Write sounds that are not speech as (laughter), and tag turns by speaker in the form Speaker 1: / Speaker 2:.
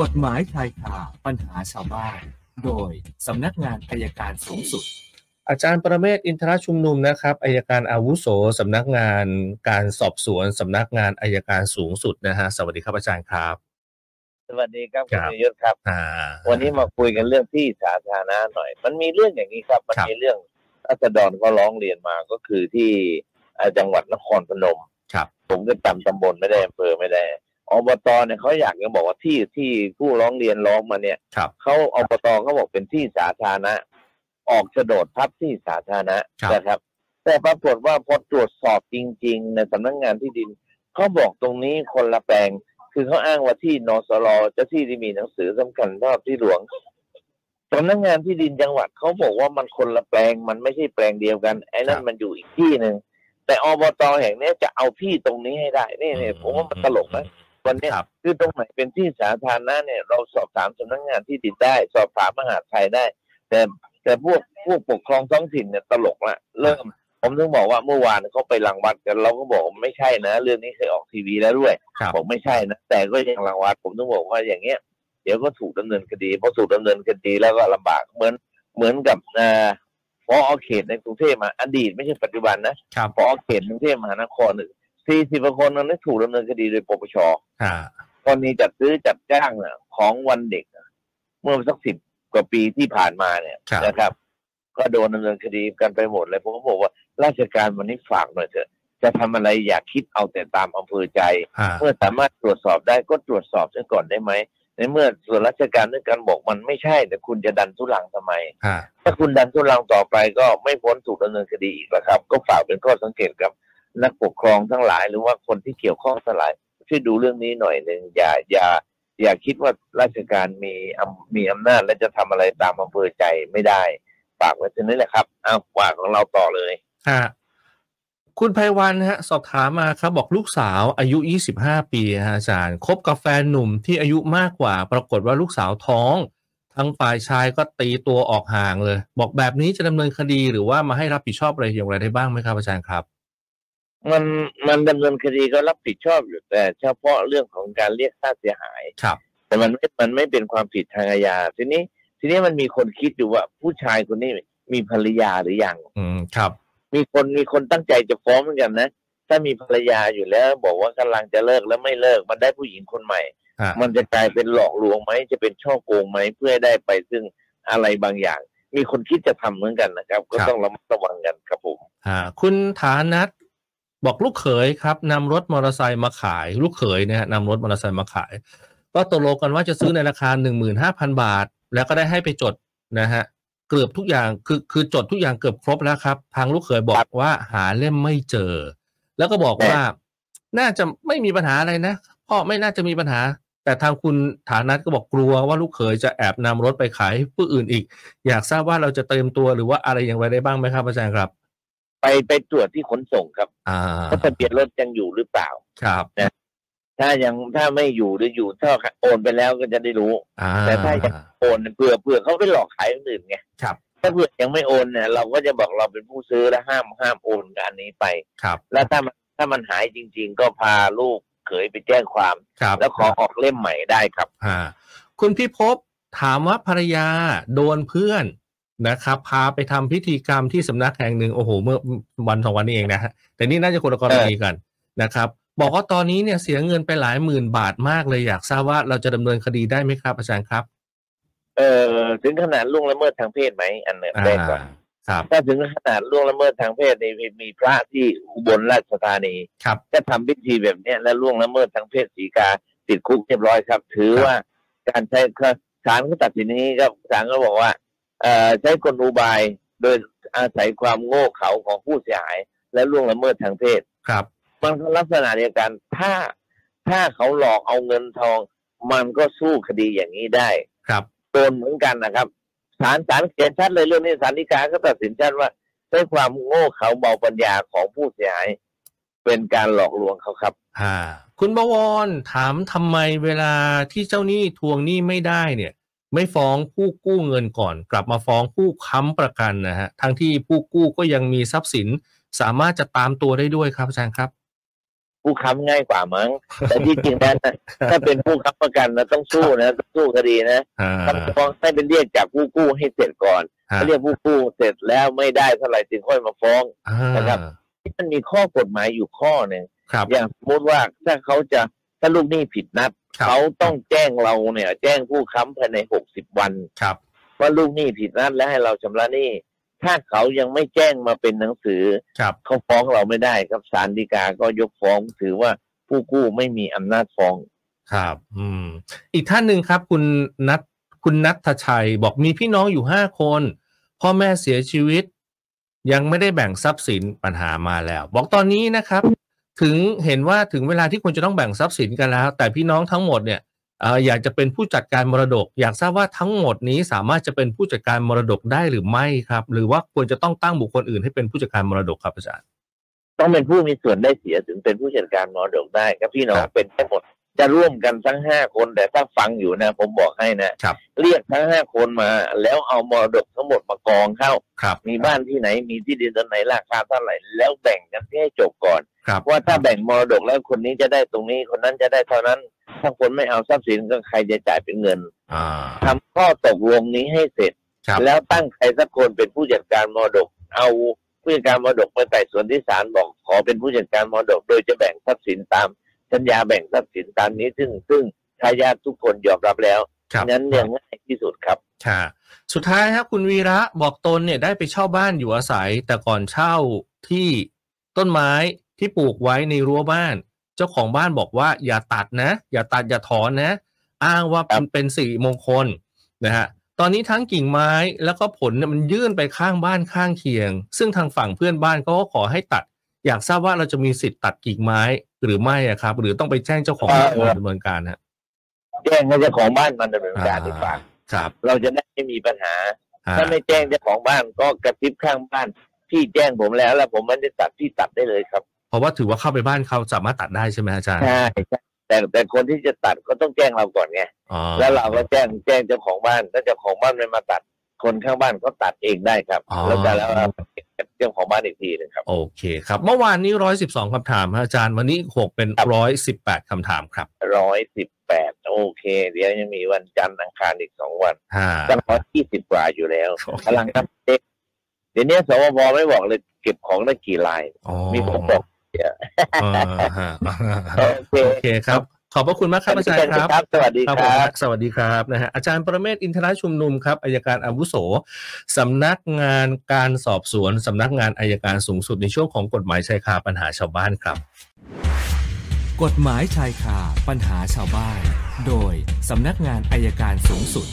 Speaker 1: กฎหมายชายคาปัญหาชาวบ้าน โดยสำนักงานอัยการสูงสุด
Speaker 2: อาจารย์ประเมศอินทรชุมนุมนะครับอายการอาวุโสสำนักงานการสอบสวนสำนักงานอายการสูงสุดนะฮะสวัสดีครับอาจารย์ครับ
Speaker 3: สวัสดีครับ
Speaker 2: ค
Speaker 3: คุ
Speaker 2: รั
Speaker 3: ณ
Speaker 2: บ
Speaker 3: สุยศครับ
Speaker 2: อ่า
Speaker 3: วันนี้มาคุยกันเรื่องที่สาธารณะหน่อย มันมีเรื่องอย่างนี้ครับ มัน
Speaker 2: ครับ
Speaker 3: มีเรื่องรัศดรก็ร้องเรียนมาก็คือที่อ่าจังหวัดนครพนม
Speaker 2: ครับ
Speaker 3: ผมก็จำตำบลไม่ได้อำเภอไม่ได้อบตเนี่ยเขาอยากจะบอกว่าที่ที่ผู้ร้องเรียนร้องมาเนี่ย
Speaker 2: ครับ
Speaker 3: เขาอบตเขาบอกเป็นที่สาธารณะ ออกโฉนดทับที่สาธารณะ
Speaker 2: ครับ
Speaker 3: นะครับ แต่ปรากฏว่าพอตรวจสอบจริง ๆ ในสำนักงานที่ดินเขาบอกตรงนี้คนละแปลง คือเขาอ้างว่าที่นสรเจ้าที่ที่มีหนังสือสำคัญรอบที่หลวงสำนักงานที่ดินจังหวัดเขาบอกว่ามันคนละแปลง มันไม่ใช่แปลงเดียวกันไอ้นั่
Speaker 2: คน รับ
Speaker 3: มันอยู่อีกที่หนึ่งแต่อบตแห่งเนี้ยจะเอาที่ตรงนี้ให้ได้นี่เนี่ยผมว่ามันตลกนะวันเนี้ย
Speaker 2: ครับ
Speaker 3: คือตรงไหนเป็นที่สาธารณะเนี่ยเราสอบถามสำนักงานที่ดินได้ สอบถามมหาดไทยได้ แต่แต่พวกพวกปกครองท้องถิ่นเนี่ยตลกละเริ่ม ผมถึงบอกว่าเมื่อวานเขาไปรังวัดกันเราก็บอกไม่ใช่นะ เรื่องนี้เคยออกทีวีแล้วด้วย
Speaker 2: ครับ
Speaker 3: บอกไม่ใช่นะ แต่ก็ยังรังวัด ผมถึงบอกว่าอย่างเงี้ย เดี๋ยวก็ถูกดำเนินคดีพอถูกดำเนินคดีแล้วก็ลำบากเหมือนเหมือนกับเอ่อพอเขตในกรุงเทพมาอดีตไม่ใช่ปัจจุบันนะครับพอเขตกรุงเทพมหานครสี่สิบคนนั้นถูกดำเนินคดีโดยปปช
Speaker 2: ฮะ
Speaker 3: กรณีจัดซื้อจัดจ้างน่ะของวันเด็กน่ะเมื่อสักสิบกว่าปีที่ผ่านมาเนี่ย
Speaker 2: ครับ
Speaker 3: นะครับ ก็โดนดำเนินคดีกันไปหมดเลยผมก็บอกว่าราชการวันนี้ฝากหน่อยเถอะ จะทำอะไรอย่าคิดเอาแต่ตามอำเภอใจ
Speaker 2: ฮะ
Speaker 3: เมื่อสามารถตรวจสอบได้ก็ตรวจสอบซะก่อนได้ไหมในเมื่อส่วนราชการด้วยกันบอกมันไม่ใช่แต่คุณจะดันทุลังทำไม
Speaker 2: ฮะ
Speaker 3: ถ้าคุณดันทุลังต่อไปก็ไม่พ้นถูกดำเนินคดีอีกแล้วครับ ก็ฝากเป็นข้อสังเกตครับ นักปกครองทั้งหลายหรือว่าคนที่เกี่ยวข้องทั้งหลายช่วยดูเรื่องนี้หน่อยหนึ่งอย่าอย่า อย่าคิดว่าราชการมีอำมีอำนาจและจะทำอะไรตามอำเภอใจไม่ได้ฝากไว้ที่นี้แหละครับอ้าวว่าของเราต่อเลย
Speaker 2: ฮะคุณไพวันฮะ สอบถามมาครับบอกลูกสาวอายุ 25 ปีฮะอาจารย์คบกับแฟนหนุ่มที่อายุมากกว่า ปรากฏว่าลูกสาวท้อง ทั้งฝ่ายชายก็ตีตัวออกห่างเลย บอกแบบนี้จะดำเนินคดีหรือว่ามาให้รับผิดชอบอะไรอย่างไรได้บ้างไหมครับอาจารย์ครับ
Speaker 3: มันมันดำเนินคดีก็รับผิดชอบอยู่แต่เฉพาะเรื่องของการเรียกค่าเสียหาย
Speaker 2: ครับ
Speaker 3: แต่มันไม่มันไม่เป็นความผิดทางอาญาทีนี้ ทีนี้มันมีคนคิดอยู่ว่าผู้ชายคนนี้มีภรรยาหรือยัง
Speaker 2: อืมครับ
Speaker 3: มีคนมีคนตั้งใจจะฟ้องเหมือนกันนะ ถ้ามีภรรยาอยู่แล้ว บอกว่ากำลังจะเลิกแล้วไม่เลิก มันได้ผู้หญิงคนใหม่
Speaker 2: ฮะ
Speaker 3: มันจะกลายเป็นหลอกลวงไหมจะเป็นช่อโกงไหมเพื่อให้ได้ไปซึ่งอะไรบางอย่าง มีคนคิดจะทำเหมือนกันนะครับ ก็
Speaker 2: ครับ
Speaker 3: ต้องระมัดระวังกันครับผม
Speaker 2: อ่าคุณฐานัทบอกลูกเขยครับนำรถมอเตอร์ไซค์มาขาย ลูกเขยเนี่ยฮะนำรถมอเตอร์ไซค์มาขาย ก็ตกลงกันว่าจะซื้อในราคาหนึ่งหมื่นห้าพันบาท แล้วก็ได้ให้ไปจดนะฮะเกือบทุกอย่างคือคือจดทุกอย่างเกือบครบแล้วครับ ทางลูกเขยบอกว่าหาเล่มไม่เจอ แล้วก็บอกว่า น่าจะไม่มีปัญหาอะไรนะพ่อไม่น่าจะมีปัญหา แต่ทางคุณฐานัทก็บอกกลัวว่าลูกเขยจะแอบนำรถไปขายให้ผู้อื่นอีก อยากทราบว่าเราจะเตรียมตัวหรือว่าอะไรอย่างไรได้บ้างไหมครับอาจารย์ครับ
Speaker 3: ไปไปตรวจที่ขนส่งครับ
Speaker 2: อ่า
Speaker 3: ว่าทะเบียนรถยังอยู่หรือเปล่า
Speaker 2: ครับ
Speaker 3: ถ้ายังถ้าไม่อยู่หรืออยู่ถ้าโอนไปแล้วก็จะได้รู้
Speaker 2: อ่า
Speaker 3: แต่ถ้ายังโอนเผื่อเผื่อเขาไปหลอกขายคนอื่นไง
Speaker 2: ครับ
Speaker 3: ถ้าเผื่อยังไม่โอนเนี่ยเราก็จะบอกเราเป็นผู้ซื้อและห้ามห้ามโอนกับอันนี้ไป
Speaker 2: ครับ
Speaker 3: แล้วถ้ามันถ้ามันหายจริง ๆ ก็พาลูกเขยไปแจ้งความ
Speaker 2: ครับ
Speaker 3: แล้วขอออกเล่มใหม่ได้ครับ
Speaker 2: อ่าคุณพี่พบถามว่าภรรยาโดนเพื่อนนะครับ พาไปทำพิธีกรรมที่สำนักแห่งหนึ่งโอ้โห เมื่อวันสองวันนี้เองนะฮะแต่นี่น่าจะคนละกรณีกันนะครับ บอกว่าตอนนี้เนี่ยเสียเงินไปหลายหมื่นบาทมากเลยอยากทราบว่าเราจะดำเนินคดีได้ไหมครับอาจารย์ครับ
Speaker 3: เออถึงขนาดล่วงละเมิดทางเพศไหมอันหนึ่ง
Speaker 2: อ่า
Speaker 3: ได้ก่อน
Speaker 2: ครับ
Speaker 3: ถ้าถึงขนาดล่วงละเมิดทางเพศในมีพระที่อุบลราชธานี
Speaker 2: ครับ
Speaker 3: ก็ทำพิธีแบบเนี้ยและล่วงละเมิดทางเพศสีกาติดคุกเรียบร้อยครับ ถือว่าการใช้ศาลก็ตัดสินอย่างนี้ครับศาลก็บอกว่าเอ่อใช้กลอุบายโดยอาศัยความโง่เขลาของผู้เสียหาย และล่วงละเมิดทางเพศ
Speaker 2: ครับ
Speaker 3: มันก็ลักษณะเดียวกัน ถ้าถ้าเขาหลอกเอาเงินทอง มันก็สู้คดีอย่างนี้ได้
Speaker 2: ครับ
Speaker 3: โดนเหมือนกันนะครับศาลศาลเขียนชัดเลยเรื่องนี้ศาลฎีกาก็ตัดสินชัดว่าด้วยความโง่เขลาเบาปัญญาของผู้เสียหาย เป็นการหลอกลวงเขาครับ
Speaker 2: อ่าคุณบวรถามทำไมเวลาที่เจ้าหนี้ทวงหนี้ไม่ได้เนี่ย ไม่ฟ้องผู้กู้เงินก่อน กลับมาฟ้องผู้ค้ำประกันนะฮะทั้งที่ผู้กู้ก็ยังมีทรัพย์สิน สามารถจะตามตัวได้ด้วยครับอาจารย์ครับ
Speaker 3: ผู้ค้ำง่ายกว่ามั้ง แต่ที่จริงแล้ว
Speaker 2: (laughs)
Speaker 3: นะถ้าเป็นผู้ค้ำประกันนะต้องสู้นะต้องสู้คดีนะ
Speaker 2: อ่า
Speaker 3: คำฟ้องให้เป็นเรียกจากผู้กู้ให้เสร็จก่อน
Speaker 2: ฮะ
Speaker 3: เรียกผู้กู้เสร็จแล้วไม่ได้เท่าไหร่จึงค่อยมาฟ้อง
Speaker 2: อ่า
Speaker 3: นะครับ มันมีข้อกฎหมายอยู่ข้อหนึ่ง
Speaker 2: ครับ
Speaker 3: อย่างสมมติว่าถ้าเขาจะถ้าลูกหนี้ผิดนัด
Speaker 2: ครับ
Speaker 3: เขาต้องแจ้งเราเนี่ย แจ้งผู้ค้ำภายในหกสิบวัน
Speaker 2: ครับ
Speaker 3: ว่าลูกหนี้ผิดนัดและให้เราชำระหนี้ ถ้าเขายังไม่แจ้งมาเป็นหนังสือ
Speaker 2: ครับ
Speaker 3: เขาฟ้องเราไม่ได้ครับศาลฎีกาก็ยกฟ้องถือว่าผู้กู้ไม่มีอำนาจฟ้อง
Speaker 2: ครับ อืม อีกท่านหนึ่งครับ คุณนัทคุณนัทชัยบอกมีพี่น้องอยู่ห้าคน พ่อแม่เสียชีวิต ยังไม่ได้แบ่งทรัพย์สินปัญหามาแล้ว บอกตอนนี้นะครับ ถึงเห็นว่าถึงเวลาที่ควรจะต้องแบ่งทรัพย์สินกันแล้ว แต่พี่น้องทั้งหมดเนี่ยเอ่ออยากจะเป็นผู้จัดการมรดก อยากทราบว่าทั้งหมดนี้สามารถจะเป็นผู้จัดการมรดกได้หรือไม่ครับ หรือว่าควรจะต้องตั้งบุคคลอื่นให้เป็นผู้จัดการมรดกครับอาจารย์
Speaker 3: ต้องเป็นผู้มีส่วนได้เสียถึงเป็นผู้จัดการมรดกได้ครับพี่น้อ
Speaker 2: ค
Speaker 3: ง
Speaker 2: รับ
Speaker 3: เป็นทั้งหมดจะร่วมกันทั้งห้าคนแต่ถ้าฟังอยู่นะ ผมบอกให้นะครับ เรียกทั้งห้าคนมา แล้วเอามรดกทั้งหมดมากองเข้า
Speaker 2: ครับ
Speaker 3: มีบ้านที่ไหนมีที่ดินตรงไหนราคาเท่าไหร่แล้วแบ่งกันให้จบก่อน
Speaker 2: ครับ
Speaker 3: ว่าถ้าแบ่งมรดกแล้วคนนี้จะได้ตรงนี้คนนั้นจะได้เท่านั้น ถ้าคนไม่เอาทรัพย์สินก็ใครจะจ่ายเป็นเงิน
Speaker 2: อ่า
Speaker 3: ทำข้อตกลงนี้ให้เสร็จ
Speaker 2: ครับ
Speaker 3: แล้วตั้งใครสักคนเป็นผู้จัดการมรดก เอาผู้จัดการมรดกไปไต่สวนที่ศาลบอกขอเป็นผู้จัดการมรดก โดยจะแบ่งทรัพย์สินตามสัญญาแบ่งทรัพย์สินตามนี้ซึ่งซึ่งทายาททุกคนยอมรับแล้ว
Speaker 2: ครับ
Speaker 3: นั้นยังง่ายที่สุดครับ
Speaker 2: ค่ะสุดท้ายครับคุณวีระบอกตนเนี่ยได้ไปเช่าบ้านอยู่อาศัย แต่ก่อนเช่าที่ต้นไม้ที่ปลูกไว้ในรั้วบ้าน เจ้าของบ้านบอกว่าอย่าตัดนะ อย่าตัดอย่าถอนนะ อ้างว่าเป็นเป็นสิริมงคลนะฮะตอนนี้ทั้งกิ่งไม้แล้วก็ผลเนี่ยมันยื่นไปข้างบ้านข้างเคียง ซึ่งทางฝั่งเพื่อนบ้านเขาก็ขอให้ตัด อยากทราบว่าเราจะมีสิทธิ์ตัดกิ่งไม้หรือไม่อะครับ หรือต้องไปแจ้งเจ้าของบ้านมาดำเนินการฮะ
Speaker 3: แจ้งให้เจ้าของบ้านมันดำเนินการดีกว่า
Speaker 2: ครับ
Speaker 3: เราจะได้ไม่มีปัญหา
Speaker 2: อ่า
Speaker 3: ถ้าไม่แจ้งเจ้าของบ้านก็กระซิบข้างบ้านพี่แจ้งผมแล้ว แล้วผมไม่ได้ตัดพี่ตัดได้เลยครับ
Speaker 2: เพราะว่าถือว่าเข้าไปบ้านเขาสามารถตัดได้ใช่ไหมอาจารย์
Speaker 3: ใช่ใช่แต่แต่คนที่จะตัดก็ต้องแจ้งเราก่อนไง
Speaker 2: อ๋อ
Speaker 3: แล้วเราก็แจ้งแจ้งเจ้าของบ้านถ้าเจ้าของบ้านไม่มาตัด คนข้างบ้านเขาตัดเองได้ครับแล้วก็แล้วเราเจ้าของบ้านอีกทีหนึงครับ
Speaker 2: โอเคครับ เมื่อวานนี้ร้อยสิบสองคำถามฮะอาจารย์วันนี้หกเป็น
Speaker 3: ครับ
Speaker 2: ร้อยสิบแปดคำถามครับ
Speaker 3: ร้อยสิบแปดโอเค เดี๋ยวยังมีวันจันทร์อังคารอีกสองวัน
Speaker 2: ฮ่า
Speaker 3: ตั้งร้อยยี่สิบกว่าอยู่แล้ว
Speaker 2: โอเค
Speaker 3: กำลังนับเลขเดี๋ยวนี้สวบไม่บอกเลยเก็บของได้กี่ลาย
Speaker 2: อ๋อ
Speaker 3: มีผมบอก
Speaker 2: อ่าฮะ
Speaker 3: โอเค
Speaker 2: โอเคครับ ขอบพระคุณมากครับอาจารย์ครับ
Speaker 3: สวัสดี
Speaker 2: ครับ
Speaker 3: ค
Speaker 2: ผม
Speaker 3: รับ
Speaker 2: สวัสดีครับนะฮะอาจารย์ประเมศวร์อินทรชุมนุมครับอายการอาวุโสสำนักงานการสอบสวนสำนักงานอายการสูงสุดในช่วงของกฎหมายชายคาปัญหาชาวบ้านครับ
Speaker 1: กฎหมายชายคาปัญหาชาวบ้าน โดยสำนักงานอายการสูงสุด